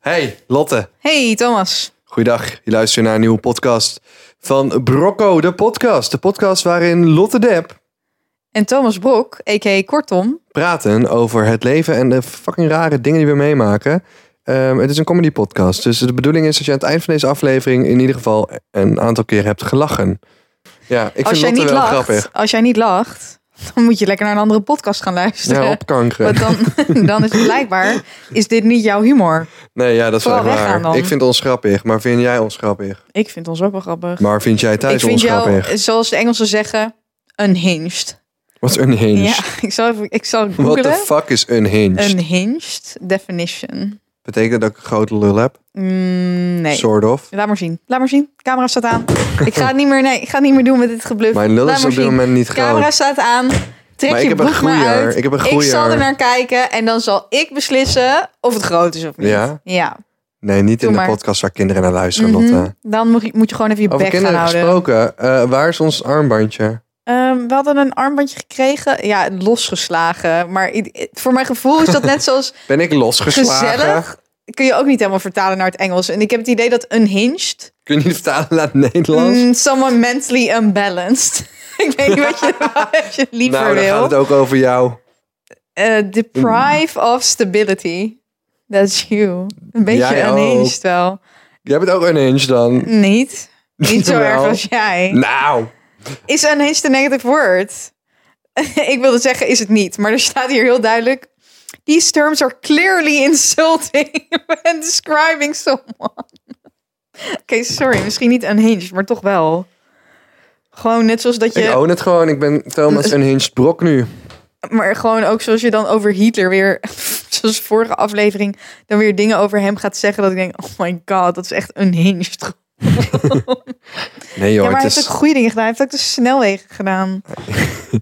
Hey Lotte, Hey Thomas. goeiedag. Je luistert naar een nieuwe podcast van Brocco, de podcast. De podcast waarin Lotte Depp En Thomas Brok, a.k.a. Kortom. praten over het leven en de fucking rare dingen die we meemaken. Ehm, het is een comedy podcast, dus de bedoeling is dat je aan het eind van deze aflevering in ieder geval een aantal keer hebt gelachen. Ja, ik als vind jij Lotte niet wel lacht, grappig. als jij niet lacht, dan moet je lekker naar een andere podcast gaan luisteren. Ja, opkankeren. Want dan, dan is het blijkbaar, is dit niet jouw humor. Nee, ja, dat is wel Vooral waar. weggaan dan. Ik vind ons grappig, maar vind jij ons grappig? Ik vind ons ook wel grappig. Maar vind jij ik thuis vind ons jou, grappig? zoals de Engelsen zeggen, unhinged. Wat is unhinged? Ja, ik zal, even, ik zal What the googlen. fuck is unhinged? Unhinged definition. Betekent dat ik een grote lul heb? Mm, nee. Sort of. Laat maar zien. Laat maar zien. Camera staat aan. Ik ga het niet meer, nee, ik ga het niet meer doen met dit gebluf. Mijn lul Laat is maar op dit zien. moment niet Camera groot. staat aan. Trek Maar je ik heb een broek maar groeier. uit. Ik heb een Ik zal groeier. er naar kijken en dan zal ik beslissen of het groot is of niet. Ja? Ja. Nee, niet Doe in de maar. podcast waar kinderen naar luisteren, Mhm. Lotte. Dan moet je, moet je gewoon even je Over bek gaan kinderen houden. gesproken, eh, waar is ons armbandje? Ehm, we hadden een armbandje gekregen. Ja, losgeslagen. Maar i- i- voor mijn gevoel is dat net zoals Ben ik losgeslagen? gezellig. Kun je ook niet helemaal vertalen naar het Engels. En ik heb het idee dat unhinged... Kun je niet vertalen naar het Nederlands? mm, someone mentally unbalanced. ik weet niet wat je, wat je liever nou, dan wil. gaat het ook over jou. Eh, deprive of stability. That's you. Een beetje Jij unhinged wel. Jij bent ook unhinged dan. Niet. Niet zo erg Jawel. als jij. Nou, Is unhinged een negative word? Ik wilde zeggen, is het niet. Maar er staat hier heel duidelijk... These terms are clearly insulting when describing someone. Oké, sorry. Misschien niet unhinged, maar toch wel. Gewoon net zoals dat ik je... own het gewoon. Ik ben Thomas unhinged brok nu. Maar gewoon ook zoals je dan over Hitler weer, zoals vorige aflevering, dan weer dingen over hem gaat zeggen. Dat ik denk, oh my god, dat is echt unhinged. Nee joh, ja, maar hij het heeft is ook goede dingen gedaan. Hij heeft ook de snelwegen gedaan.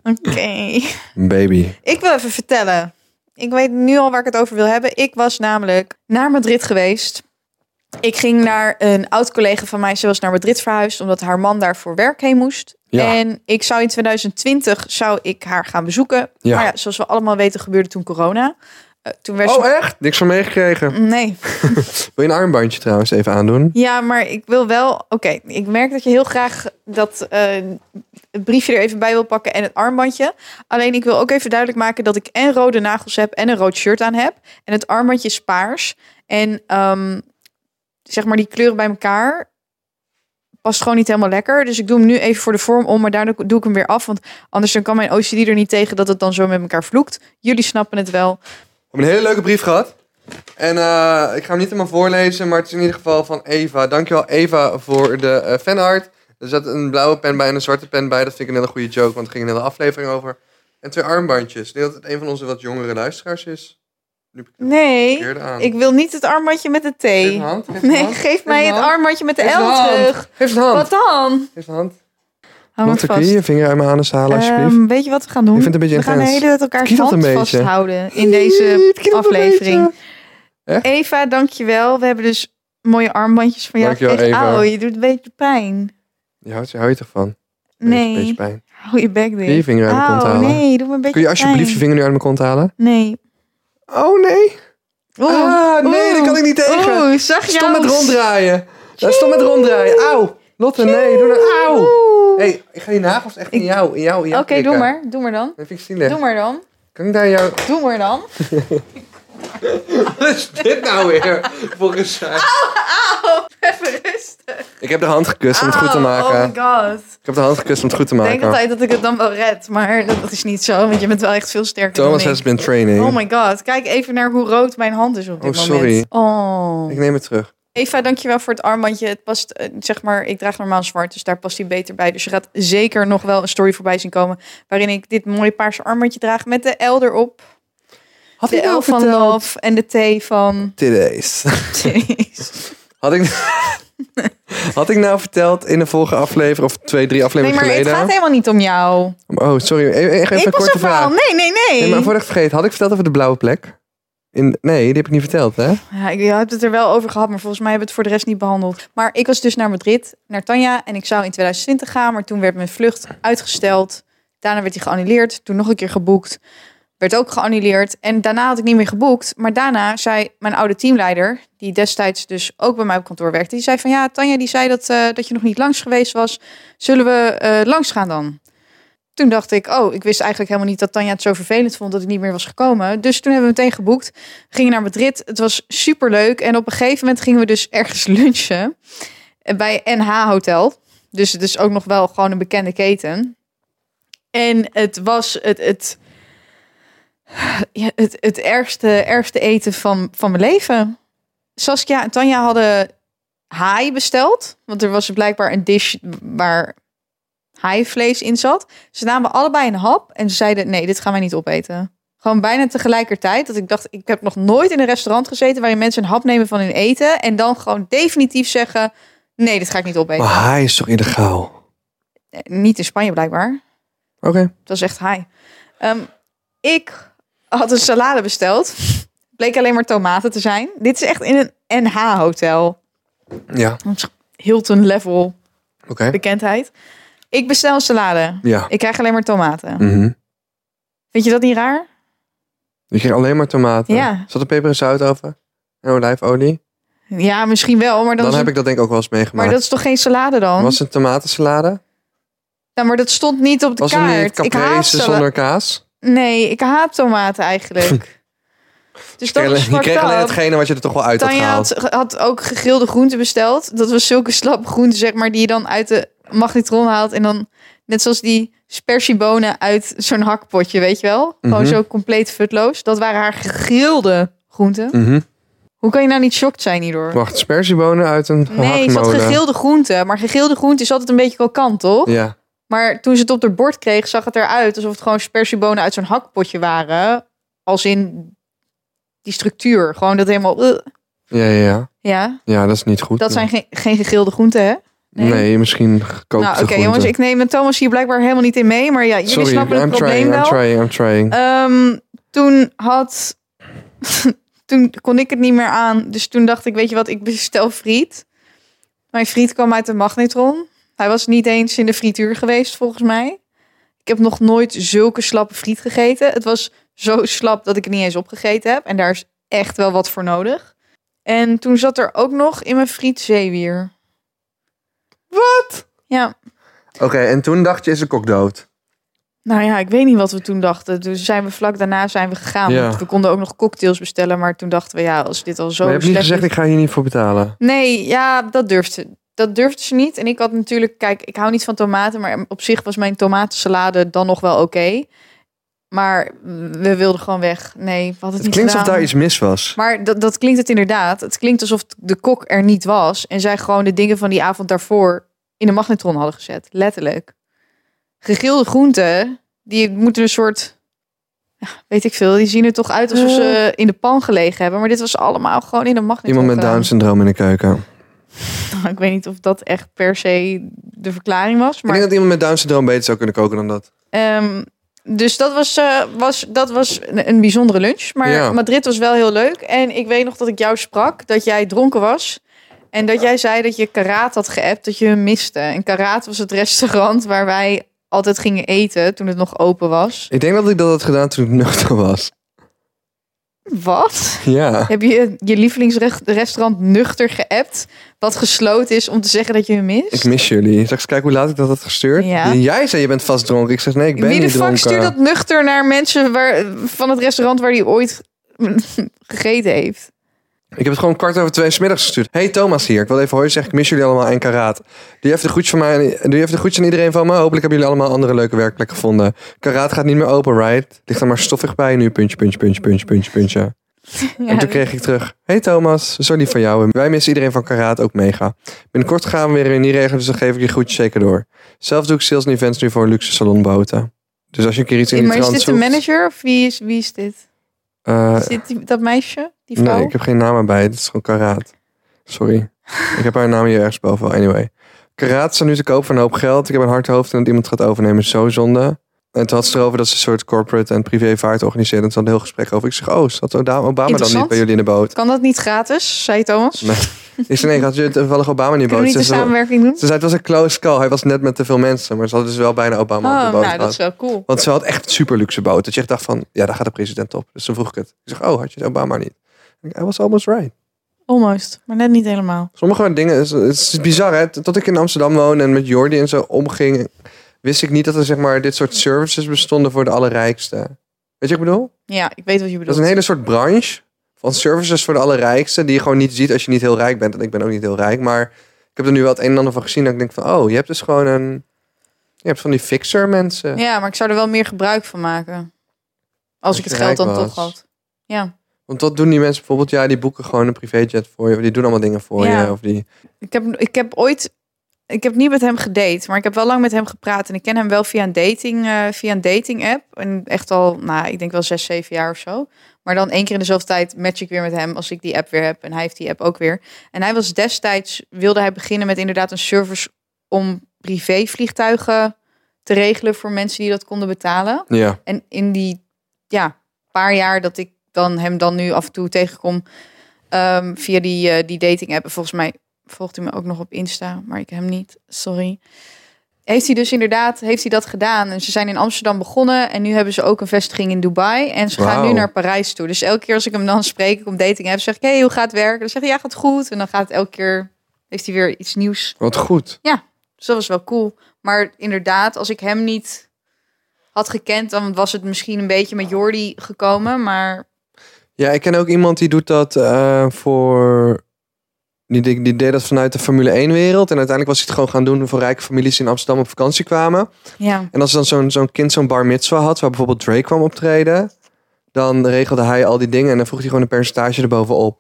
Oké. een baby. Ik wil even vertellen. Ik weet nu al waar ik het over wil hebben. Ik was namelijk naar Madrid geweest. Ik ging naar een oud collega van mij. Ze was naar Madrid verhuisd omdat haar man daar voor werk heen moest. Ja. En ik zou in 2020 zou ik haar gaan bezoeken. Ja. Maar ja, zoals we allemaal weten gebeurde toen corona. Eh, toen werd ze- Oh echt? Niks van meegekregen. Nee. Wil je een armbandje trouwens even aandoen? Ja, maar ik wil wel. Oké, ik merk dat je heel graag dat eh, het briefje er even bij wil pakken en het armbandje. Alleen ik wil ook even duidelijk maken dat ik en rode nagels heb en een rood shirt aan heb. En het armbandje is paars. En ehm, zeg maar die kleuren bij elkaar past gewoon niet helemaal lekker. Dus ik doe hem nu even voor de vorm om, maar daarna doe ik hem weer af. Want anders dan kan mijn OCD er niet tegen dat het dan zo met elkaar vloekt. Jullie snappen het wel. Ik heb een hele leuke brief gehad. En eh, ik ga hem niet helemaal voorlezen, maar het is in ieder geval van Eva. Dankjewel Eva voor de eh, fanart. Er zat een blauwe pen bij en een zwarte pen bij. Dat vind ik een hele goede joke, want er ging een hele aflevering over. En twee armbandjes. Ik denk dat het een van onze wat jongere luisteraars is. Nu heb ik het Nee, verkeerde aan. ik wil niet het armbandje met de T. Geef een hand. Geef een Nee, hand. geef mij een het hand. armbandje met de Geef een L hand. terug. Geef een hand. Wat dan? Geef een hand. Hou me Lotte, kun je vast. je vinger uit mijn anus halen, alsjeblieft? Ehm, weet je wat we gaan doen? Ik vind het een beetje we gaan de intens. hele tijd elkaar Kietelt een hand beetje. vasthouden in Iet, deze kietelt een aflevering. beetje. Eva, dankjewel. We hebben dus mooie armbandjes van jou Dankjewel, gekregen. Eva. Auw, je doet een beetje pijn. Je houdt, hou je toch van? Een beetje Nee, pijn. hou je bek Kun je je dicht. vinger uit mijn kont Auw, halen? nee, doe me een beetje Kun je alsjeblieft je pijn. vinger nu uit mijn kont halen? Nee. Oh nee. Oeh, Ah, nee, oeh, dat kan ik niet tegen. Oeh, zag je nou? Stop met ronddraaien. Ja, stop met ronddraaien. Auw. Lotte, nee, doe nou. Auw. hey, eh, ik ga die nagels echt in jou, in jou, in Oké, jou doe prikken. maar. Doe maar dan. Dat vind ik zielig. Doe maar dan. Kan ik daar jou... Doe maar dan. Wat is dit nou weer? Volgens mij. Even rustig. Ik heb de hand gekust om het goed te Oh maken. my god. Ik heb de hand gekust om het goed te Ik denk maken. altijd dat ik het dan wel red, maar dat, dat is niet zo, want je bent wel echt veel sterker Thomas dan has ik. been training. Oh my god, kijk even naar hoe rood mijn hand is op dit Oh, sorry. moment. Oh, Ik neem het terug. Eva, dankjewel voor het armbandje. Het past, eh, zeg maar, ik draag normaal zwart, dus daar past hij beter bij. Dus je gaat zeker nog wel een story voorbij zien komen waarin ik dit mooie paarse armbandje draag met de L erop. Had nou De L van love en de T van... Today's. Jeez. Had ik... Had ik nou verteld in de vorige aflevering, of twee, drie Nee, afleveringen maar het gaat geleden... helemaal niet om jou. Oh, sorry. Even, even ik een was korte een verhaal. vraag. Nee, nee, nee. Nee, maar voordat ik het vergeet, had ik verteld over de blauwe plek? In, nee, die heb ik niet verteld, hè? Ja, ik je hebt het er wel over gehad, maar volgens mij hebben we het voor de rest niet behandeld. Maar ik was dus naar Madrid, naar Tanja, en ik zou in 2020 gaan, maar toen werd mijn vlucht uitgesteld. Daarna werd die geannuleerd, toen nog een keer geboekt. Werd ook geannuleerd. En daarna had ik niet meer geboekt. Maar daarna zei mijn oude teamleider, die destijds dus ook bij mij op kantoor werkte, die zei van ja, Tanja die zei dat, eh, dat je nog niet langs geweest was. Zullen we eh, langs gaan dan? Toen dacht ik, oh, ik wist eigenlijk helemaal niet dat Tanja het zo vervelend vond dat ik niet meer was gekomen. Dus toen hebben we meteen geboekt. Gingen naar Madrid. Het was superleuk. En op een gegeven moment gingen we dus ergens lunchen. eh, Bij NH Hotel. Dus het is ook nog wel gewoon een bekende keten. En het was het, het, ja, het, het ergste, ergste eten van, van mijn leven. Saskia en Tanja hadden haai besteld. Want er was blijkbaar een dish waar haaivlees in zat. Ze namen allebei een hap en ze zeiden... nee, dit gaan wij niet opeten. Gewoon bijna tegelijkertijd. Dat ik dacht, ik heb nog nooit in een restaurant gezeten... waarin mensen een hap nemen van hun eten... en dan gewoon definitief zeggen... nee, dit ga ik niet opeten. Maar hij is toch illegaal? Oké. Eh, niet in Spanje blijkbaar. Het was echt high. Ehm, ik had een salade besteld. Bleek alleen maar tomaten te zijn. Dit is echt in een NH-hotel. Ja, Hilton-level oké. bekendheid. Ik bestel een salade. Ja. Ik krijg alleen maar tomaten. Mhm. Vind je dat niet raar? Je kreeg alleen maar tomaten. Ja. Zat er peper en zout over? En olijfolie? Ja, misschien wel, maar dan, Dan, is heb het- ik dat denk ik ook wel eens meegemaakt. Maar dat is toch geen salade dan? Was het een tomatensalade? Nou, maar dat stond niet op de Was kaart. het niet ik haat caprese sala- zonder kaas? Nee, ik haat tomaten eigenlijk. dus dat is je kreeg fucked alleen up. hetgene wat je er toch wel uit had Tanja gehaald. had, had ook gegrilde groenten besteld. Dat was zulke slappe groenten, zeg maar, die je dan uit de magnetron haalt. En dan, net zoals die spersiebonen uit zo'n hakpotje, weet je wel? Gewoon Mhm. zo compleet futloos. Dat waren haar gegrilde groenten. Mhm. Hoe kan je nou niet shocked zijn hierdoor? Wacht, sperziebonen uit een Nee, ik zat gehaktmolen. gegrilde groenten. Maar gegrilde groenten is altijd een beetje krokant, toch? Ja, Maar toen ze het op haar bord kreeg, zag het eruit alsof het gewoon spersiebonen uit zo'n hakpotje waren. Als in die structuur. Gewoon dat helemaal... eh. ja, ja, ja. Ja, Ja, dat is niet goed. dat zijn geen, geen gegrilde groenten, hè? Nee, misschien gekookt Nou, oké, jongens, ik neem met Thomas hier blijkbaar helemaal niet in mee, maar ja, jullie Sorry, snappen het I'm probleem trying, wel. I'm trying, I'm trying. Ehm, toen had, toen kon ik het niet meer aan, dus toen dacht ik, weet je wat, ik bestel friet. Mijn friet kwam uit de magnetron. Hij was niet eens in de frituur geweest volgens mij. Ik heb nog nooit zulke slappe friet gegeten. Het was zo slap dat ik het niet eens opgegeten heb, en daar is echt wel wat voor nodig. En toen zat er ook nog in mijn friet zeewier. Wat? Ja. Oké, Eh, en toen dacht je, is de kok dood? Nou ja, ik weet niet wat we toen dachten. Dus zijn we vlak daarna zijn we gegaan. Ja. Want we konden ook nog cocktails bestellen. Maar toen dachten we, ja, als dit al zo maar je hebt niet slecht gezegd, is- ik ga hier niet voor betalen. Nee, ja, dat durfde, dat durfde ze niet. En ik had natuurlijk... Kijk, ik hou niet van tomaten. Maar op zich was mijn tomatensalade dan nog wel oké. Maar we wilden gewoon weg. Nee, we hadden het, Het niet klinkt alsof gedaan. daar iets mis was. Maar dat, dat klinkt het inderdaad. Het klinkt alsof de kok er niet was. En zij gewoon de dingen van die avond daarvoor in de magnetron hadden gezet. Letterlijk. Gegrilde groenten, die moeten een soort... ja, Weet ik veel, die zien er toch uit alsof ze in de pan gelegen hebben. Maar dit was allemaal gewoon in de magnetron. Iemand met gedaan. Down syndroom Eh. in de keuken. Ik weet niet of dat echt per se de verklaring was. Ik Maar denk dat iemand met Down syndroom beter zou kunnen koken dan dat. Ehm, dus dat was, eh, was, dat was een, een bijzondere lunch. Maar Ja. Madrid was wel heel leuk. En ik weet nog dat ik jou sprak, dat jij dronken was. En dat jij zei dat je Karaat had geappt, dat je hem miste. En Karaat was het restaurant waar wij altijd gingen eten toen het nog open was. Ik denk dat ik dat had gedaan toen ik nuchter was. Wat? Ja. Heb je je lievelingsrestaurant nuchter geappt, wat gesloten is om te zeggen dat je hem mist? Ik mis jullie. Zeg eens kijken hoe laat ik dat had gestuurd. Ja. En jij zei, je bent vast dronken. Ik zeg, nee, ik ben Wie de niet fuck dronken. stuurt dat nuchter naar mensen waar, van het restaurant waar hij ooit gegeten heeft? Ik heb het gewoon kwart over twee 's middags gestuurd. Hey Thomas hier, ik wil even hoor zeggen, ik mis jullie allemaal en karaat. Doe even de groetjes van mij, doe even de groetjes aan iedereen van me. Hopelijk hebben jullie allemaal andere leuke werkplek gevonden. Karaat gaat niet meer open, right? Ligt er maar stoffig bij nu, puntje, puntje, puntje, puntje, puntje, puntje. En Ja, toen kreeg ik terug, hey Thomas, zo lief van jou. En wij missen iedereen van karaat ook mega. Binnenkort gaan we weer een nieuw regelen, dus dan geef ik je groetjes zeker door. Zelf doe ik sales en events nu voor een luxe salonboten. Dus als je een keer iets in die maar is trant dit de zoekt... manager of wie is, wie is dit? eh, Is dit die- dat meisje? Die vrouw? Nee, ik heb geen naam erbij. Het is gewoon Karaat. Sorry. ik heb haar naam hier ergens boven. Anyway. Karaat staat nu te koop voor een hoop geld. Ik heb een hard hoofd en dat iemand het gaat overnemen is zo zonde. En toen had ze erover dat ze een soort corporate en privé vaart organiseert. En toen hadden we een heel gesprek over. Ik zeg, oh, zat Obama dan Interessant. niet bij jullie in de boot? Kan dat niet gratis, zei Thomas? Nee. Ik zei, nee, ik had je toevallig Obama niet Kunnen bood. we niet Ze de zei, samenwerking doen? ze zei, het was een close call. Hij was net met te veel mensen. Maar ze hadden dus wel bijna Obama op Oh, de boot nou, dat gehad. is wel cool. Want ze had echt een super luxe boot. Dat je echt dacht van, ja, daar gaat de president op. Dus toen vroeg ik het. Ik zeg, oh, had je Obama niet? I was almost right. Almost, maar net niet helemaal. Sommige dingen, is- het is bizar hè. Tot ik in Amsterdam woonde en met Jordi en zo omging, wist ik niet dat er zeg maar dit soort services bestonden voor de allerrijkste. Weet je wat ik bedoel? Ja, ik weet wat je Dat bedoelt. is een hele soort branche van services voor de allerrijkste die je gewoon niet ziet als je niet heel rijk bent. En ik ben ook niet heel rijk, maar ik heb er nu wel het een en ander van gezien dat ik denk van, oh, je hebt dus gewoon een, je hebt van die fixer mensen. Ja, maar ik zou er wel meer gebruik van maken. Als Als ik het je geld dan rijk toch was. had. Ja. Want wat doen die mensen bijvoorbeeld? Ja, die boeken gewoon een privéjet voor je. Of die doen allemaal dingen voor Ja. je. Of die... Ik heb, ik heb ooit... Ik heb niet met hem gedate, maar ik heb wel lang met hem gepraat. En ik ken hem wel via een dating, eh, via een dating app. En echt al, nou, ik denk wel zes, zeven jaar of zo. Maar dan één keer in dezelfde tijd match ik weer met hem als ik die app weer heb. En hij heeft die app ook weer. En hij was destijds, wilde hij beginnen met inderdaad een service om privévliegtuigen te regelen voor mensen die dat konden betalen. Ja. En in die ja, paar jaar dat ik dan hem dan nu af en toe tegenkom ehm, via die, eh, die dating app. En Volgens mij volgt hij me ook nog op Insta, maar ik hem niet. Sorry. Heeft hij dus inderdaad heeft hij dat gedaan. En ze zijn in Amsterdam begonnen. En nu hebben ze ook een vestiging in Dubai. En ze gaan Wauw. nu naar Parijs toe. Dus elke keer als ik hem dan spreek op dating app, zeg ik, hey, hoe gaat het werken? Dan zegt hij, ja, gaat goed. En dan gaat elke keer, heeft hij weer iets nieuws Wat goed. dus dat was wel cool. Maar inderdaad, als ik hem niet had gekend, dan was het misschien een beetje met Jordi gekomen. Maar Ja, ik ken ook iemand die doet dat eh, voor... Die, die, die deed dat vanuit de Formule 1-wereld. En uiteindelijk was hij het gewoon gaan doen voor rijke families die in Amsterdam op vakantie kwamen. ja, En als dan zo'n zo'n kind zo'n bar mitzwa had, waar bijvoorbeeld Drake kwam optreden... dan regelde hij al die dingen en dan vroeg hij gewoon een percentage erbovenop.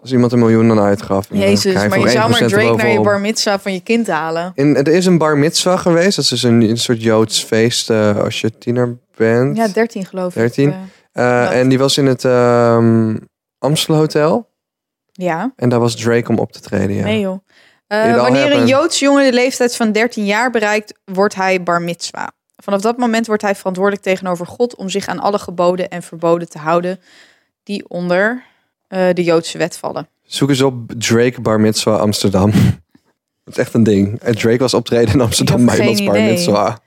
Als iemand een miljoen dan uitgaf. dan Mhm. jezus, krijg maar je gewoon zou maar 1% Drake naar je erbovenop. bar mitzwa van je kind halen. In, er is een bar mitzwa geweest. Dat is dus een, een soort joods feest eh, als je tiener bent. Ja, 13 geloof ik. 13? Eh, Eh, Wat? en die was in het ehm Amstel Hotel. ja. En daar was Drake om op te treden. Ja. nee joh. Eh, It'll wanneer een happen. Joods jongen de leeftijd van 13 jaar bereikt, wordt hij bar mitzwa. Vanaf dat moment wordt hij verantwoordelijk tegenover God om zich aan alle geboden en verboden te houden die onder eh, de Joodse wet vallen. Zoek eens op Drake Bar Mitzwa Amsterdam. Dat is echt een ding. En Drake was optreden in Amsterdam heb bij iemands geen Bar idee. Mitzwa.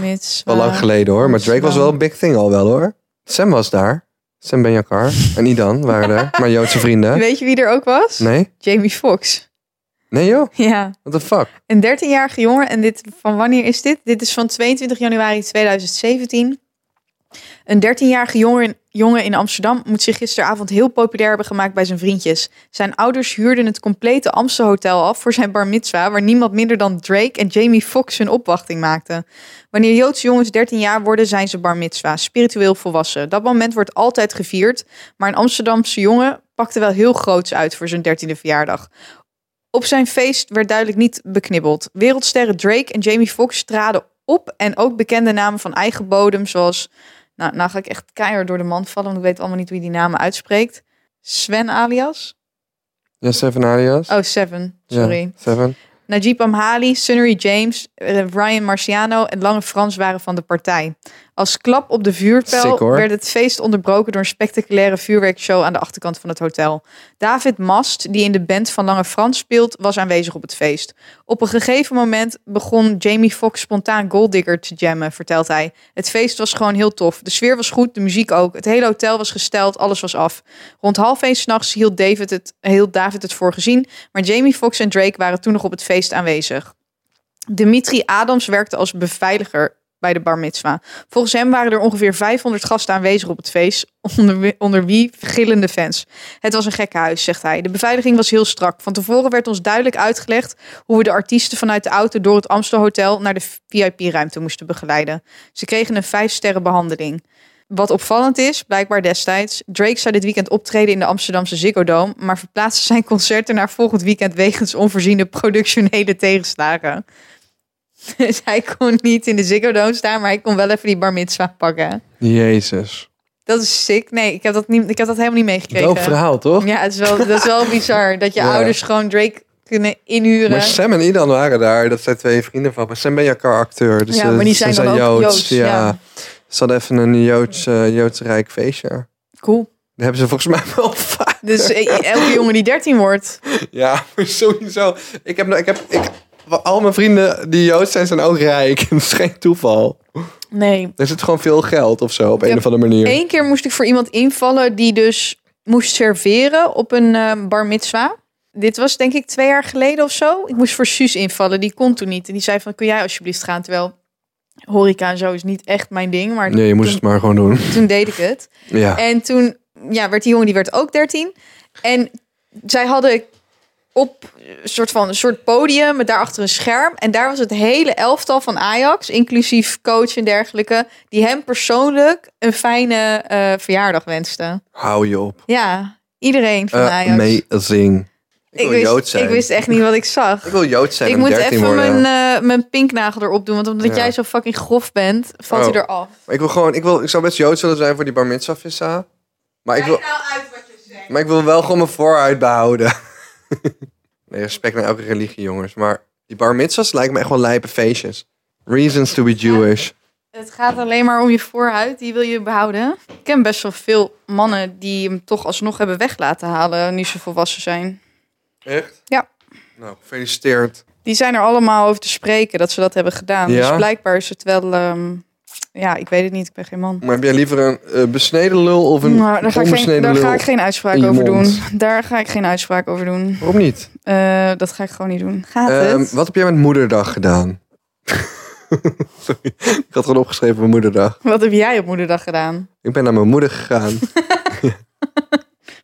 Mitzwa. Wel lang geleden hoor. Maar Drake was wel Amsterdam. een big thing al wel hoor. Sam was daar. Sam Benjakar. En Idan waren er. Maar Joodse vrienden. Weet je wie er ook was? Nee? Jamie Foxx. Nee joh? Ja, What the fuck? een 13-jarige jongen. En dit, van wanneer is dit? Dit is van 22 januari 2017. Een 13-jarige jongen, jongen in Amsterdam moet zich gisteravond heel populair hebben gemaakt bij zijn vriendjes. Zijn ouders huurden het complete Amstel Hotel af voor zijn bar mitzwa, waar niemand minder dan Drake en Jamie Foxx hun opwachting maakten. Wanneer Joodse jongens 13 jaar worden, zijn ze bar mitzwa, spiritueel volwassen. Dat moment wordt altijd gevierd, maar een Amsterdamse jongen pakte wel heel groots uit voor zijn 13e verjaardag. Op zijn feest werd duidelijk niet beknibbeld. Wereldsterren Drake en Jamie Foxx traden op en ook bekende namen van eigen bodem, zoals... Nou, nou ga ik echt keihard door de mand vallen, want ik weet allemaal niet hoe je die namen uitspreekt. Sven alias? Ja, Seven Alias. Oh, Seven. Ja, Sorry. Seven. Najib Amhali, Sunnery James, eh, Ryan Marciano en Lange Frans waren van de partij. Als klap op de Sick, vuurpijl hoor. werd het feest onderbroken door een spectaculaire vuurwerkshow aan de achterkant van het hotel. David Mast, die in de band van Lange Frans speelt, was aanwezig op het feest. Op een gegeven moment begon Jamie Foxx spontaan Golddigger te jammen, vertelt hij. Het feest was gewoon heel tof. De sfeer was goed, de muziek ook. Het hele hotel was gesteld, alles was af. Rond half één s'nachts hield David het, hield David het voor gezien, maar Jamie Foxx en Drake waren toen nog op het feest aanwezig. Dimitri Adams werkte als beveiliger bij de bar mitzwa. Volgens hem waren er ongeveer 500 gasten aanwezig op het feest, onder, wie- onder wie gillende fans. Het was een gek huis, zegt hij. De beveiliging was heel strak. Van tevoren werd ons duidelijk uitgelegd hoe we de artiesten vanuit de auto door het Amstel Hotel naar de VIP-ruimte moesten begeleiden. Ze kregen een vijf sterren behandeling. Wat opvallend is, blijkbaar destijds, Drake zou dit weekend optreden in de Amsterdamse Ziggo Dome, maar verplaatste zijn concerten naar volgend weekend wegens onvoorziene productionele tegenslagen. Dus hij kon niet in de Ziggo Dome staan, maar hij kon wel even die bar mitzwa pakken. Jezus. Dat is sick. Nee, ik heb dat, niet, ik heb dat helemaal niet meegekregen. Doop verhaal toch? Ja, het is wel, dat is wel bizar dat je Ja. ouders gewoon Drake kunnen inhuren. Maar Sam en Idan waren daar. Dat zijn twee vrienden van me. Sam Benjakar acteur. Dus Ja, eh, maar die ze zijn dan ook Joods, Ja. ja. Ze hadden even een Joods, eh, Joods rijk feestje. Cool. Dat hebben ze volgens mij wel vaak. Dus eh, elke jongen die 13 wordt. Ja, maar sowieso. Ik heb, nou- ik heb ik, al mijn vrienden die Joods zijn, zijn ook rijk. Het is geen toeval. Nee. Er zit gewoon veel geld of zo op Ja. een of andere manier. Eén keer moest ik voor iemand invallen die dus moest serveren op een eh, bar mitzwa. Dit was denk ik twee jaar geleden of zo. Ik moest voor Suus invallen, die kon toen niet. En die zei van, kun jij alsjeblieft gaan? Terwijl horeca en zo is niet echt mijn ding, maar Nee, je moest toen- het maar gewoon doen. toen deed ik het. Ja. En toen ja, werd die jongen, die werd ook 13. En zij hadden op een soort van een soort podium met daarachter een scherm. En daar was het hele elftal van Ajax, inclusief coach en dergelijke, die hem persoonlijk een fijne eh, verjaardag wensten. Hou je op. Ja, iedereen van Ajax. Amazing. Eh, Ik wil wist, Jood zijn. ik wist echt niet wat ik zag. Ik wil Jood zijn Ik en moet 13 even worden. mijn, eh, mijn pinknagel erop doen, want omdat Ja. jij zo fucking grof bent, valt Oh. hij eraf. Maar ik wil gewoon, ik, wil, ik zou best Joods willen zijn voor die bar mitzvah vissa. Maar ik wil, nou uit wat je zegt. maar ik wil wel gewoon mijn vooruit behouden. nee, respect naar elke religie, jongens. Maar die bar mitzvahs lijken me echt wel lijpe feestjes. Reasons to be Jewish. Het gaat alleen maar om je voorhuid, die wil je behouden. Ik ken best wel veel mannen die hem toch alsnog hebben weg laten halen nu ze volwassen zijn. Echt? Ja. Nou, gefeliciteerd. Die zijn er allemaal over te spreken dat ze dat hebben gedaan. Ja? Dus blijkbaar is het wel. ehm, ja, ik weet het niet, ik ben geen man. Maar heb jij liever een eh, besneden lul of een Maar Nou, daar ga, ik geen, onbesneden daar lul? ga ik geen uitspraak in je over doen. mond. Daar ga ik geen uitspraak over doen. Waarom niet? Eh, dat ga ik gewoon niet doen. Gaat Ehm, het? wat heb jij met moederdag gedaan? Sorry, ik had gewoon opgeschreven mijn moederdag. Wat heb jij op moederdag gedaan? Ik ben naar mijn moeder gegaan.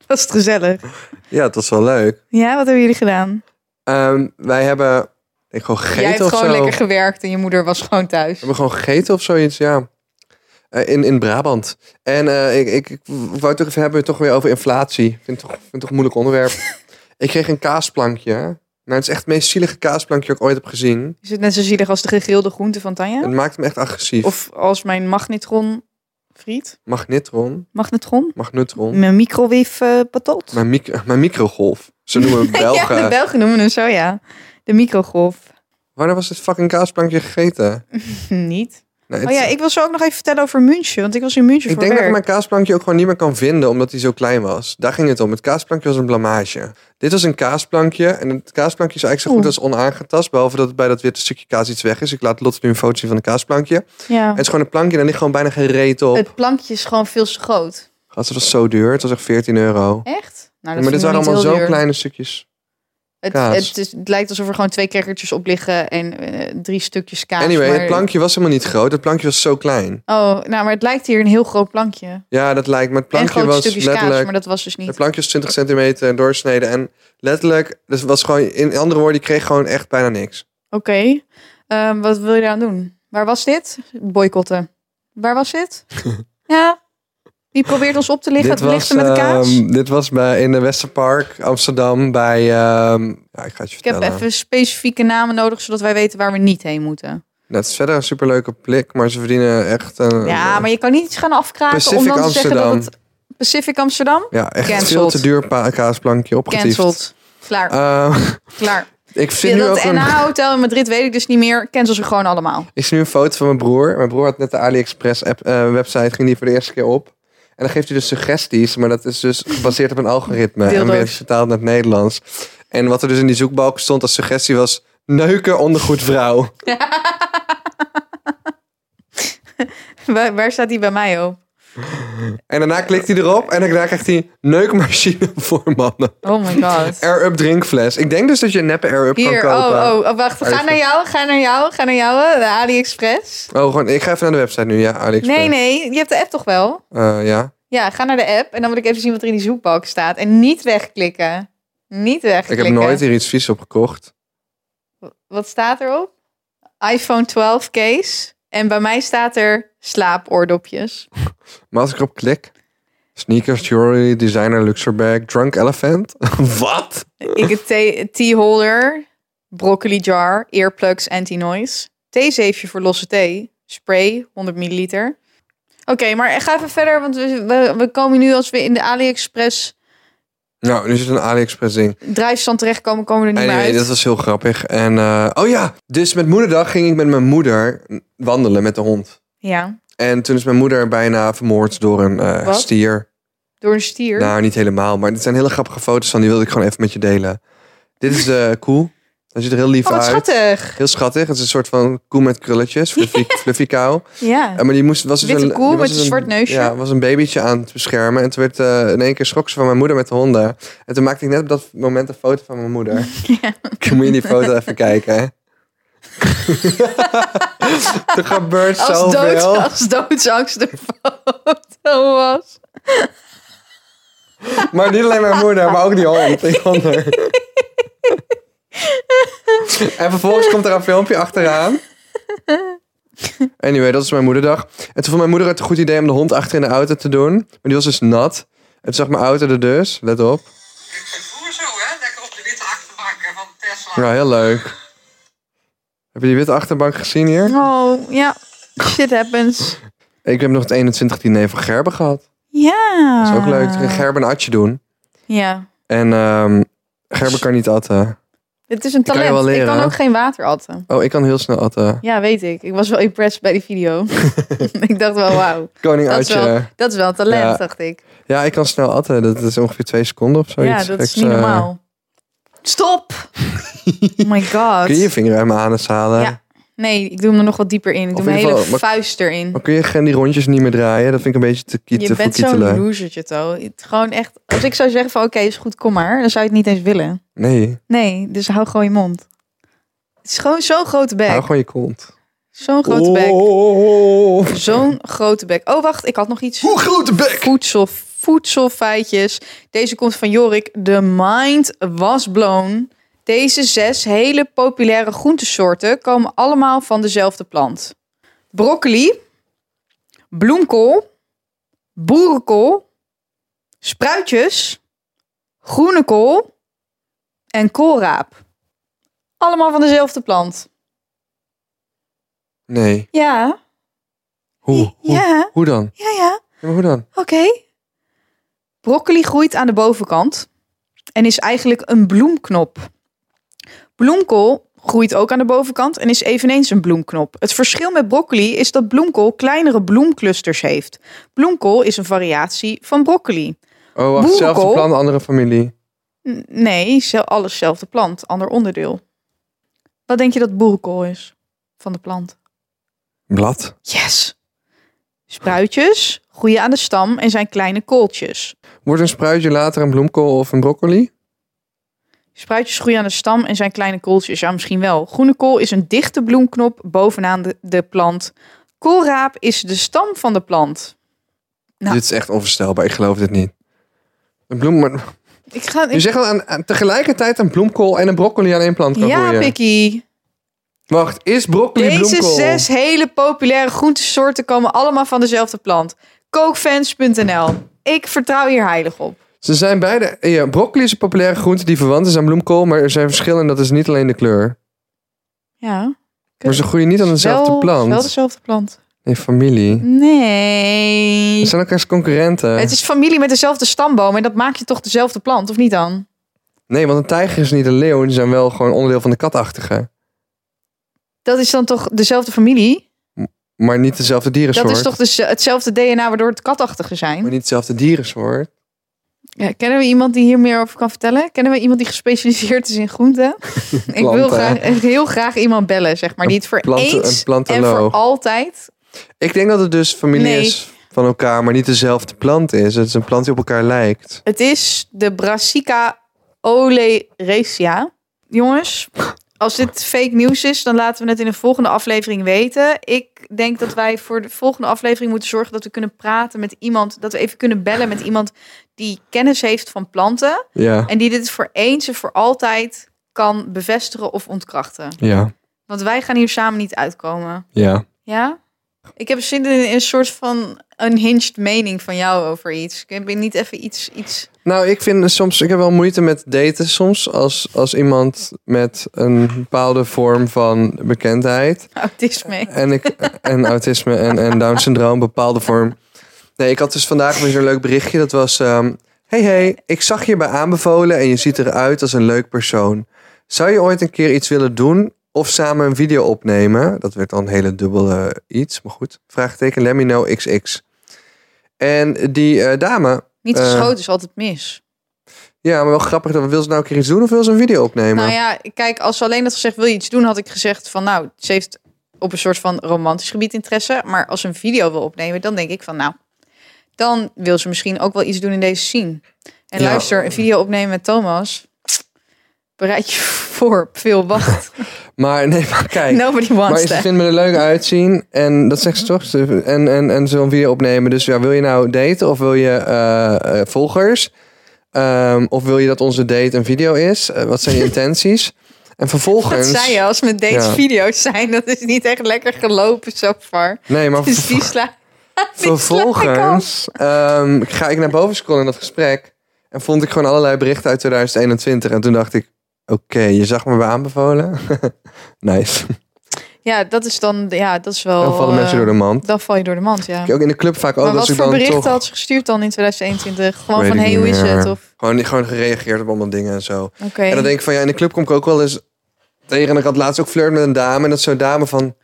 Was het gezellig? ja, het was wel leuk. Ja, wat hebben jullie gedaan? Ehm, wij hebben ik gewoon gegeten jij hebt of gewoon zo. lekker gewerkt en je moeder was gewoon thuis. We hebben gewoon gegeten of zoiets, ja. Eh, in, in Brabant. En eh, ik, ik, ik wou het toch even hebben toch weer over inflatie. Ik vind het toch, vind het toch een moeilijk onderwerp. ik kreeg een kaasplankje. hè. Nou, het is echt het meest zielige kaasplankje dat ik ooit heb gezien. Is het net zo zielig als de gegrilde groente van Tanja? Het maakt hem echt agressief. Of... Of als mijn magnetron friet. Magnetron, Magnetron? magnetron. Mijn microwave eh, patat. Mijn, mic- mijn microgolf. Ze noemen het Belgen. Ja, de Belgen noemen hem zo, ja. De microgolf. Wanneer was dit fucking kaasplankje gegeten? Niet. Nou, Oh het- ja, ik wil zo ook nog even vertellen over München. Want ik was in München Ik voor denk dat ik werk. mijn kaasplankje ook gewoon niet meer kan vinden, omdat hij zo klein was. Daar ging het om. Het kaasplankje was een blamage. Dit was een kaasplankje. En het kaasplankje is eigenlijk zo goed Oeh. als onaangetast. Behalve dat het bij dat witte stukje kaas iets weg is. Ik laat Lotte nu een foto zien van het kaasplankje. En Ja. het is gewoon een plankje en daar ligt gewoon bijna geen reet op. Oh. Het plankje is gewoon veel te groot. Gast, het was zo duur. Het was echt 14 euro. Echt? maar dit Nou, vind ik waren niet allemaal heel zo duur. kleine stukjes. Het, kaas. het, is- het lijkt alsof er gewoon twee krekkertjes op liggen en eh, drie stukjes kaas. anyway, maar- het plankje was helemaal niet groot. Het plankje was zo klein. Oh, nou, maar het lijkt hier een heel groot plankje. Ja, dat lijkt me. Het en plankje grote was stukjes letterlijk... kaas, maar dat was dus niet. Het plankje was 20 centimeter doorsneden. En letterlijk, dus was gewoon, in andere woorden, je kreeg gewoon echt bijna niks. Oké. Ehm, wat wil je eraan doen? Waar was dit? Boycotten. Waar was dit? ja. Wie probeert ons op te liggen? Het lichten met de kaas? ehm, dit was bij, in de Westerpark, Amsterdam, bij... ehm, ja, ik ga het je ik heb vertellen. even specifieke namen nodig, zodat wij weten waar we niet heen moeten. Nou, het is verder een superleuke plek, maar ze verdienen echt... Een, ja, maar je kan niet iets gaan afkraken om Pacific dan te zeggen Amsterdam. dat het... Pacific Amsterdam? Ja, echt Cancelled. veel te duur pa- kaasplankje opgetiefd. Cancelled. Klaar, Ehm, klaar. ik, zie Ja, nu dat ook een, NH-hotel in Madrid weet ik dus niet meer. Cancel ze gewoon allemaal. ik zie nu een foto van mijn broer. Mijn broer had net de AliExpress app, eh, website, ging die voor de eerste keer op. En dan geeft hij dus suggesties, maar dat is dus gebaseerd op een algoritme. En Dildo's. weer vertaald naar het Nederlands. En wat er dus in die zoekbalk stond als suggestie was... Neuken ondergoed vrouw. Waar, waar staat die bij mij op? En daarna klikt hij erop en daarna krijgt hij neukmachine voor mannen. Oh my god. Air-up drinkfles. Ik denk dus dat je een neppe air-up kan Hier, kopen. oh, oh, oh, wacht. Ga Even. naar jou, ga naar jou, ga naar jou. eh, De AliExpress. Oh, gewoon, ik ga even naar de website nu, ja, Alex. Nee, nee, je hebt de app toch wel? ja, Ja, ga naar de app en dan wil ik even zien wat er in die zoekbalk staat. En niet wegklikken. Niet ik wegklikken. heb nooit hier iets vies op gekocht. Wat staat erop? iPhone 12 case. En bij mij staat er slaapoordopjes. Maar als ik op klik... Sneakers, jewelry, designer, luxury bag, drunk elephant. Wat? Ik heb thee- tea-holder, broccoli jar, earplugs, anti-noise. Theezeefje voor losse thee, spray, 100 milliliter. Oké, maar ga even verder, want we, we, we komen nu als we in de AliExpress Nou, nu zit een AliExpress ding. drijfstand terechtkomen, komen we er niet meer Anyway, uit. Ah, dat was heel grappig. En, eh, oh ja, dus met moederdag ging ik met mijn moeder wandelen met de hond. Ja, En toen is mijn moeder bijna vermoord door een eh, Wat? stier. Door een stier. Nou, niet helemaal, maar dit zijn hele grappige foto's van die wilde ik gewoon even met je delen. Dit is eh, cool. Hij ziet er heel lief oh, wat uit. schattig. Heel schattig. Het is een soort van koe met krulletjes. Fluffy, fluffy kou. Ja. Eh, maar die moest, was dus Witte een, koe die was met dus een zwart neusje. Ja, was een babytje aan het beschermen. En toen werd eh, in één keer schrok ze van mijn moeder met de honden. En toen maakte ik net op dat moment een foto van mijn moeder. Ja. Moet je die foto even kijken. er gebeurt Als, dood, zoveel. als doodsangst de foto was. Maar niet alleen mijn moeder, maar ook die hond. Die ander. en vervolgens komt er een filmpje achteraan. Anyway, dat is mijn moederdag. En toen vond mijn moeder het een goed idee om de hond achter in de auto te doen. Maar die was dus nat. En toen zag mijn auto er dus. Let op. En vroeger zo, hè? Lekker op de witte achterbank hè, van de Tesla. Ja, heel leuk. Heb je die witte achterbank gezien hier? Oh, ja. Shit happens. Ik heb nog het 21 diner van Gerben gehad. Ja. Dat is ook leuk. Toen ging Gerben een atje doen. Ja. En ehm Gerben kan niet atten. Het is een kan je talent. wel leren, ik hè? kan ook geen water atten. Oh, ik kan heel snel atten. Ja, weet ik. Ik was wel impressed bij die video. ik dacht wel, wauw. Koning Dat is atje. wel, dat is wel een talent, Ja. dacht ik. Ja, ik kan snel atten. Dat is ongeveer twee seconden of zoiets. ja, dat is Geks, niet eh, normaal. Stop! oh my god. kun je je vinger uit mijn anus halen? Ja. Nee, ik doe hem er nog wat dieper in. Ik Of doe in mijn ieder hele geval- maar- vuist erin. Maar kun je geen die rondjes niet meer draaien? Dat vind ik een beetje te, kiet, Je te bent zo'n verkietelen. losertje, To. Het- Gewoon echt, als ik zou zeggen van oké, is goed, kom maar. Dan zou je het niet eens willen. Nee, Nee, dus hou gewoon je mond. Het is gewoon zo'n grote hou bek. gewoon je kont. Zo'n grote bek. Oh. Zo'n grote bek. Oh, wacht, ik had nog iets. Hoe grote bek! Voedsel, voedselfeitjes. Deze komt van Jorik. The mind was blown. Deze zes hele populaire groentesoorten komen allemaal van dezelfde plant. Broccoli, bloemkool, boerenkool, spruitjes, groene kool en koolraap. Allemaal van dezelfde plant. Nee, Ja, hoe? Hoe, ja, hoe dan? ja, ja. Ja, maar hoe dan? Oké. Broccoli groeit aan de bovenkant en is eigenlijk een bloemknop. Bloemkool groeit ook aan de bovenkant en is eveneens een bloemknop. Het verschil met broccoli is dat bloemkool kleinere bloemclusters heeft. Bloemkool is een variatie van broccoli. Oh, wacht, zelfde Boerenkool? plan, andere familie. N- nee, ze- alles zelfde plant, ander onderdeel. Wat denk je dat boerenkool is van de plant? Blad. Yes! Spruitjes groeien aan de stam en zijn kleine kooltjes. Wordt een spruitje later een bloemkool of een broccoli? Spruitjes groeien aan de stam en zijn kleine kooltjes. Ja, misschien wel. Groene kool is een dichte bloemknop bovenaan de, de plant. Koolraap is de stam van de plant. Nou. Dit is echt onvoorstelbaar, ik geloof dit niet. Een bloem, maar, Ik ga... je Ik, zegt al aan, aan- tegelijkertijd een bloemkool en een broccoli aan één plant kan ja, groeien. Pikkie. Wacht, is broccoli Deze bloemkool? zes hele populaire groentesoorten komen allemaal van dezelfde plant. Kookfans.nl. Ik vertrouw hier heilig op. Ze zijn beide. Ja, broccoli is een populaire groente die verwant is aan bloemkool, maar er zijn verschillen en dat is niet alleen de kleur. Ja. Maar ze groeien niet aan dezelfde wel, Wel plant. dezelfde plant. Nee, familie. Nee. Ze zijn elkaars concurrenten. Het is familie met dezelfde stamboom en dat maakt je toch dezelfde plant, of niet dan? Nee, want een tijger is niet een leeuw. Die zijn wel gewoon onderdeel van de katachtige. Dat is dan toch dezelfde familie? Maar niet dezelfde dierensoort. Dat is toch dus eh, hetzelfde DNA waardoor het katachtige Maar zijn? niet dezelfde dierensoort. Ja, kennen we iemand die hier meer over kan vertellen? Kennen we iemand die gespecialiseerd is in groenten? ik wil Planten. graag, echt heel graag iemand bellen, zeg maar. Die het voor planten- eens een planteloog. en voor altijd... Ik denk dat het dus familie Nee. is van elkaar, maar niet dezelfde plant is. Het is een plant die op elkaar lijkt. Het is de Brassica oleracea. Jongens, als dit fake nieuws is, dan laten we het in een volgende aflevering weten. Ik denk dat wij voor de volgende aflevering moeten zorgen dat we kunnen praten met iemand. Dat we even kunnen bellen met iemand die kennis heeft van planten. Ja. En die dit voor eens en voor altijd kan bevestigen of ontkrachten. Ja. Want wij gaan hier samen niet uitkomen. Ja. Ja? Ik heb zin in een soort van unhinged mening van jou over iets. Ik heb niet even iets... iets... Nou, ik vind soms, ik heb wel moeite met daten soms. Als, als iemand met een bepaalde vorm van bekendheid. Autisme. En, ik, en autisme en, en Down syndroom, bepaalde vorm. Nee, ik had dus vandaag weer zo'n leuk berichtje. Dat was: ehm, Hey, hey, ik zag je bij aanbevolen en je ziet eruit als een leuk persoon. Zou je ooit een keer iets willen doen of samen een video opnemen? Dat werd dan een hele dubbele iets, maar goed. Vraagteken, let me know XX. En die eh, dame Niet Eh. geschoten is altijd mis. Ja, maar wel grappig. dat Wil ze nou een keer iets doen of wil ze een video opnemen? Nou ja, kijk, als ze alleen had gezegd, wil je iets doen, had ik gezegd van nou, ze heeft op een soort van romantisch gebied interesse. Maar als ze een video wil opnemen, dan denk ik van nou, dan wil ze misschien ook wel iets doen in deze scene. En Ja. luister, een video opnemen met Thomas, bereid je voor op veel wacht. Maar nee, maar kijk. Nobody maar wants ze that. vindt me er leuk uitzien. En dat zegt ze toch? Ze- En, en, en ze wil een video opnemen. Dus ja, wil je nou daten of wil je eh, eh, volgers? Ehm, of wil je dat onze date een video is? Eh, wat zijn je intenties? En Dat vervolgens... zei je, als met deze Ja. video's zijn, dat is niet echt lekker gelopen so far. Nee, maar Dus die sla... die sla ik af. Vervolgens ehm, ga ik naar boven scrollen in dat gesprek. En vond ik gewoon allerlei berichten uit 2021. En toen dacht ik, oké, je zag me weer aanbevolen. nice. Ja, dat is dan, ja, dat is wel... eh, dan vallen mensen door de mand. Dan val je door de mand, ja. Ik ook in de club vaak ook maar Oh, dat wat ze voor dan berichten toch... had ze gestuurd dan in 2021? Gewoon Weet van, ik hey, niet hoe is meer. het? Of, Gewoon, gewoon gereageerd op allemaal dingen en zo. oké. En dan denk ik van, ja, in de club kom ik ook wel eens tegen. En ik had laatst ook flirt met een dame. En dat is zo'n dame van,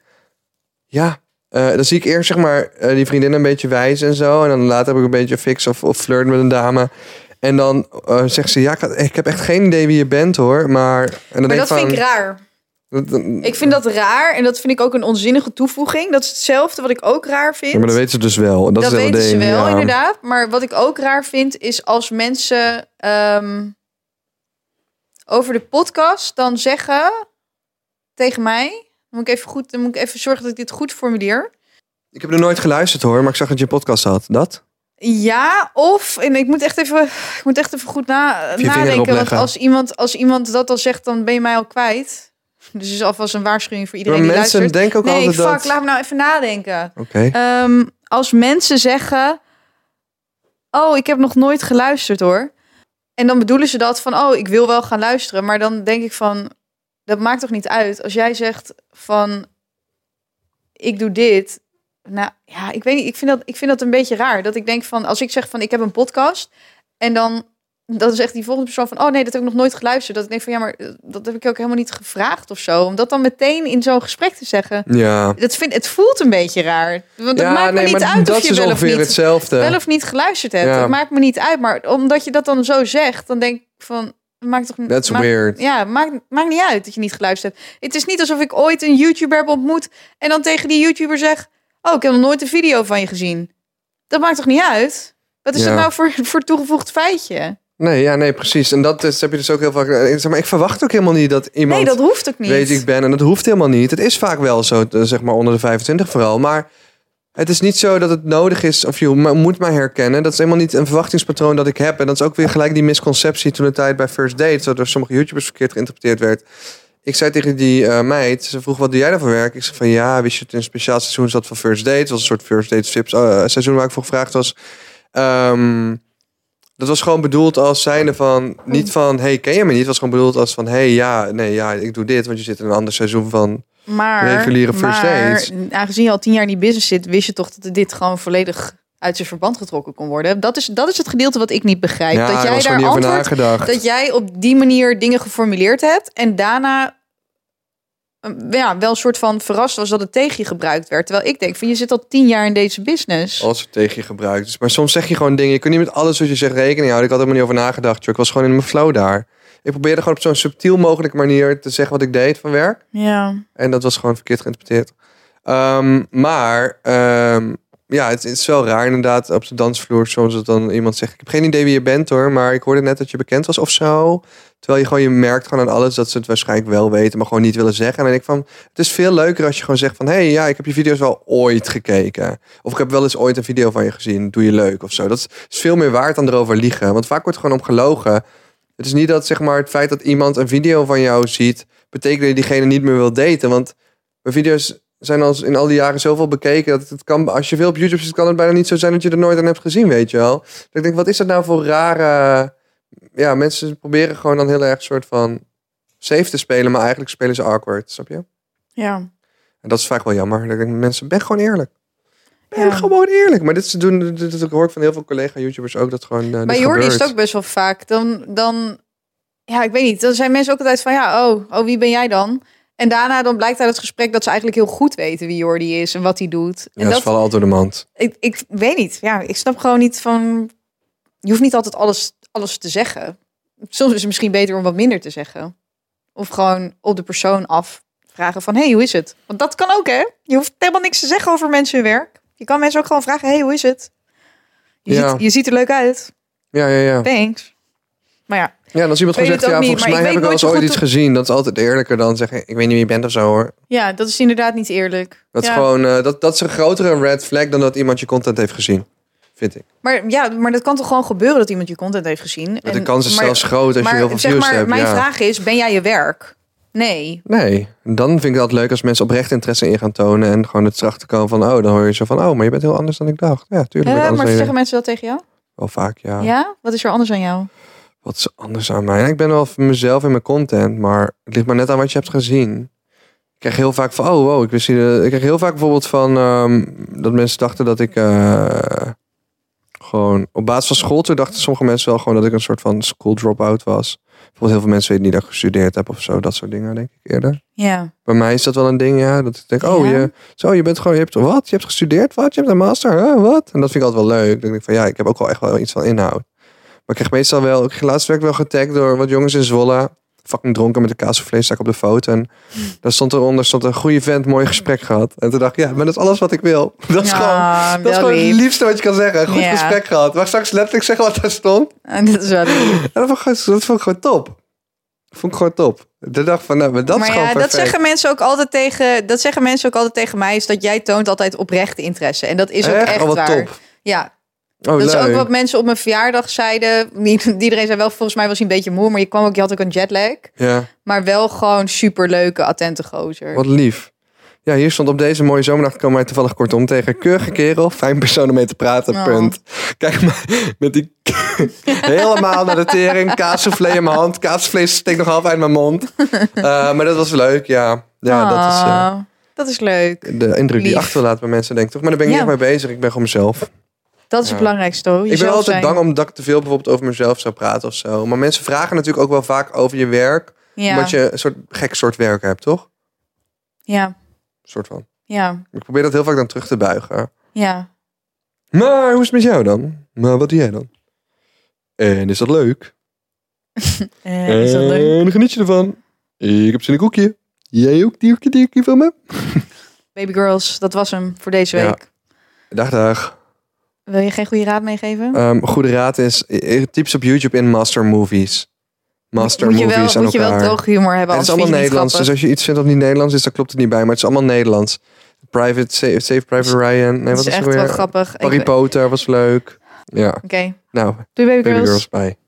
ja... eh, dan zie ik eerst zeg maar eh, die vriendin een beetje wijs en zo. En dan later heb ik een beetje fix of, of flirt met een dame. En dan eh, zegt ze, ja, ik, had- ik heb echt geen idee wie je bent hoor. Maar, en dan Maar denk dat van, vind ik raar. dat- dat- Ik vind dat raar en dat vind ik ook een onzinnige toevoeging. Dat is hetzelfde wat ik ook raar vind. Ja, maar dat weten ze dus wel. Dat, Dat is het hele weten ze ding, wel, ja. inderdaad. Maar wat ik ook raar vind, is als mensen ehm, over de podcast dan zeggen tegen mij... Dan moet, ik even goed, dan moet ik even zorgen dat ik dit goed formuleer. Ik heb er nooit geluisterd hoor, maar ik zag dat je een podcast had. Dat? Ja, of, en ik moet echt even, ik moet echt even goed na, vinger erop nadenken. Want leggen. als iemand, als iemand dat al zegt, dan ben je mij al kwijt. Dus is alvast een waarschuwing voor iedereen maar die mensen luistert. denken ook nee, altijd fuck, dat... laat me nou even nadenken. Oké. Ehm, als mensen zeggen: Oh, ik heb nog nooit geluisterd hoor. En dan bedoelen ze dat van: Oh, ik wil wel gaan luisteren. Maar dan denk ik van: Dat maakt toch niet uit. Als jij zegt van: Ik doe dit. Nou ja, ik weet niet. Ik vind dat, ik vind dat een beetje raar. Dat ik denk van: Als ik zeg van: Ik heb een podcast. En dan. Dan zegt die volgende persoon van, oh nee, dat heb ik nog nooit geluisterd. Dat ik denk van, ja, maar eh, dat heb ik ook helemaal niet gevraagd of zo. Om dat dan meteen in zo'n gesprek te zeggen. Ja. Dat vind, het voelt een beetje raar. Want het ja, maakt me nee, niet maar uit dat of je is wel of, ongeveer niet, hetzelfde. wel of niet geluisterd hebt. Ja. Het maakt me niet uit. Maar omdat je dat dan zo zegt, dan denk ik van... Maakt toch, That's maakt- weird. Ja, maakt, maakt niet uit dat je niet geluisterd hebt. Het is niet alsof ik ooit een YouTuber heb ontmoet... en dan tegen die YouTuber zeg... Oh, ik heb nog nooit een video van je gezien. Dat maakt toch niet uit? Wat is Ja. dat nou voor, voor toegevoegd feitje? Nee, ja, nee, precies. En dat is, heb je dus ook heel vaak... eh, Zeg maar, ik verwacht ook helemaal niet dat iemand Nee, dat hoeft ook niet. weet ik ben. En dat hoeft helemaal niet. Het is vaak wel zo, eh, zeg maar onder de 25 vooral. Maar het is niet zo dat het nodig is of je mo- moet mij herkennen. Dat is helemaal niet een verwachtingspatroon dat ik heb. En dat is ook weer gelijk die misconceptie toen de tijd bij First Date... dat door sommige YouTubers verkeerd geïnterpreteerd werd. Ik zei tegen die eh, meid, ze vroeg wat doe jij daarvoor werk? Ik zei van ja, wist je dat in een speciaal seizoen zat van First Date? Het was een soort First Date tips eh, seizoen waar ik voor gevraagd was. Ehm, dat was gewoon bedoeld als zijnde van, niet van hey ken je me niet? Het was gewoon bedoeld als van hey ja, nee ja, ik doe dit. Want je zit in een ander seizoen van Maar, Reguliere first maar, dates. aangezien je al tien jaar in die business zit, wist je toch dat dit gewoon volledig uit zijn verband getrokken kon worden. Dat is, dat is het gedeelte wat ik niet begrijp. ja, dat er jij was gewoon daar niet over antwoord, nagedacht. dat jij op die manier dingen geformuleerd hebt en daarna eh, ja, wel een soort van verrast was dat het tegen je gebruikt werd. Terwijl ik denk van je zit al tien jaar in deze business. Als het tegen je gebruikt is. Maar soms zeg je gewoon dingen. Je kunt niet met alles wat je zegt rekening houden. Ik had er helemaal niet over nagedacht. joh. Ik was gewoon in mijn flow daar. Ik probeerde gewoon op zo'n subtiel mogelijke manier te zeggen wat ik deed van werk. Ja. En dat was gewoon verkeerd geïnterpreteerd. Ehm, maar ehm, ja, het, is wel raar inderdaad op de dansvloer soms dat dan iemand zegt... Ik heb geen idee wie je bent hoor, maar ik hoorde net dat je bekend was of zo. Terwijl je gewoon, je merkt gewoon aan alles dat ze het waarschijnlijk wel weten... maar gewoon niet willen zeggen. En dan denk ik van, het is veel leuker als je gewoon zegt van... Hé, hey, ja, ik heb je video's wel ooit gekeken. Of ik heb wel eens ooit een video van je gezien. Doe je leuk of zo. Dat is, is veel meer waard dan erover liegen. Want vaak wordt er gewoon om gelogen. Het is niet dat zeg maar, het feit dat iemand een video van jou ziet, betekent dat je diegene niet meer wil daten. Want mijn video's zijn als in al die jaren zoveel bekeken dat het kan, als je veel op YouTube zit, kan het bijna niet zo zijn dat je er nooit aan hebt gezien, weet je wel. Dus ik denk, wat is dat nou voor rare. Ja, mensen proberen gewoon dan heel erg soort van safe te spelen, maar eigenlijk spelen ze awkward, snap je? Ja. En dat is vaak wel jammer. Ik denk, mensen, ben gewoon eerlijk. Ben Ja. gewoon eerlijk. Maar dit is doen, dit, dit- ik hoor ik van heel veel collega-YouTubers ook dat gewoon. eh, dit Bij Jordi is het gebeurt. ook best wel vaak. Dan, dan, ja, ik weet niet. Dan zijn mensen ook altijd van, ja, oh, oh, wie ben jij dan? En daarna dan blijkt uit het gesprek dat ze eigenlijk heel goed weten wie Jordi is en wat hij doet. En Ja, ze dat, vallen altijd door de mand. ik, ik weet niet. Ja, ik snap gewoon niet van... je hoeft niet altijd alles, alles te zeggen. Soms is het misschien beter om wat minder te zeggen. Of gewoon op de persoon af vragen van, hey, hoe is het? Want dat kan ook, hè? Je hoeft helemaal niks te zeggen over mensen hun werk. Je kan mensen ook gewoon vragen, hey, hoe is het? Je, Ja. ziet, je ziet er leuk uit. Ja, ja, ja. Thanks. Maar ja, Ja, en als iemand Weet gewoon zegt, het ook ja, niet, volgens maar mij ik heb ik wel weet nooit eens zo ooit goed iets gezien. Dat is altijd eerlijker dan zeggen, ik weet niet wie je bent of zo hoor. ja dat is inderdaad niet eerlijk. Dat ja. is gewoon, eh, dat, dat is een grotere red flag dan dat iemand je content heeft gezien. Vind ik. Maar ja, maar dat kan toch gewoon gebeuren dat iemand je content heeft gezien. De kans is maar- zelfs groot als maar, je heel veel zeg views maar, hebt. Mijn ja. vraag is, ben jij je werk? Nee. Nee, dan vind ik dat leuk als mensen oprecht interesse in gaan tonen. En gewoon het erachter komen van, oh, dan hoor je zo van, oh, maar je bent heel anders dan ik dacht. Ja, Eh, tuurlijk. ben ik anders maar dan je zeggen mensen dat tegen jou? Wel vaak, ja. Ja? Wat is er anders aan jou? Wat is anders aan mij? Ik ben wel van mezelf en mijn content, maar het ligt maar net aan wat je hebt gezien. Ik kreeg heel vaak van, oh wow, ik wist niet, eh, ik kreeg heel vaak bijvoorbeeld van ehm, dat mensen dachten dat ik eh, gewoon op basis van school, toen dachten sommige mensen wel gewoon dat ik een soort van school drop-out was. Bijvoorbeeld heel veel mensen weten niet dat ik gestudeerd heb of zo, dat soort dingen denk ik eerder. Ja. Bij mij is dat wel een ding, ja, dat ik denk, oh Ja. je, zo, je bent gewoon, je hebt wat, je hebt gestudeerd, wat, je hebt een master, hè, wat? En dat vind ik altijd wel leuk. Dan denk ik van, ja, ik heb ook wel echt wel iets van inhoud. Maar ik kreeg meestal wel, ik kreeg laatst werd ik wel getagd door wat jongens in Zwolle. Fucking dronken met een kaasvlees, sta ik op de foto. En daar stond eronder, stond een goede vent, mooi gesprek gehad. En toen dacht ik, ja, maar dat is alles wat ik wil. Dat is gewoon, Ah, dat is wel gewoon het lief. liefste wat je kan zeggen. Een Goed Ja. gesprek gehad. Mag ik straks letterlijk zeggen wat daar stond? Ah, dat is wel lief. En dat vond ik, gewoon- dat vond ik gewoon top. Dat vond ik gewoon top. De dag van, nou, maar dat is maar gewoon ja, dat perfect. zeggen, mensen ook altijd tegen, dat zeggen mensen ook altijd tegen mij, is dat jij toont altijd oprechte interesse. En dat is ook echt, Oh, wat waar. top. Ja, Oh, dat is ook leuk. wat mensen op mijn verjaardag zeiden. Niet- Iedereen zei wel, volgens mij was hij een beetje moe, maar je kwam ook, je had ook een jetlag. Ja. Maar wel gewoon superleuke, attente gozer. Wat lief. Ja, hier stond op deze mooie zomernacht komen wij toevallig kortom tegen. Keurige kerel, fijn persoon om mee te praten, Oh. punt. Kijk maar, met die helemaal naar de tering. Kaasvlees in mijn hand. Kaasvlees steekt nog half uit mijn mond. Eh, maar dat was leuk, ja. Ja, dat is eh, Ah, dat is leuk. de indruk die Lief. je achterlaat bij mensen, denk ik toch. Maar daar ben ik Ja. niet echt mee bezig. Ik ben gewoon mezelf. Dat is Ja. het belangrijkste hoor. ik ben Jezelf altijd zijn. bang omdat ik te veel bijvoorbeeld over mezelf zou praten of zo. Maar mensen vragen natuurlijk ook wel vaak over je werk. Ja. Omdat je een soort gek soort werk hebt, toch? ja, soort van. ja, Ik probeer dat heel vaak dan terug te buigen. ja. Maar hoe is het met jou dan? Maar wat doe jij dan? En is dat leuk? Eh, is dat leuk? En geniet je ervan? Ik heb zin in een koekje. Jij ook dierkje, dierkje van me? Baby girls, dat was hem voor deze Ja. week. Dag, dag. Wil je geen goede raad meegeven? Ehm, goede raad is, eh, types op YouTube in master movies. Master moet je movies wel, aan moet je elkaar. wel droog humor hebben. En het is anders allemaal vind je het niet Nederlands. Dus grappig. als je iets vindt dat niet Nederlands is, dan klopt het niet bij. Maar het is allemaal Nederlands. Private, Save, Save Private Ryan. Nee, dat wat is is er echt wel weer? grappig. Ik- Harry Oké, Potter was leuk. Ja, nou, doei Baby baby girls. Girls, bye.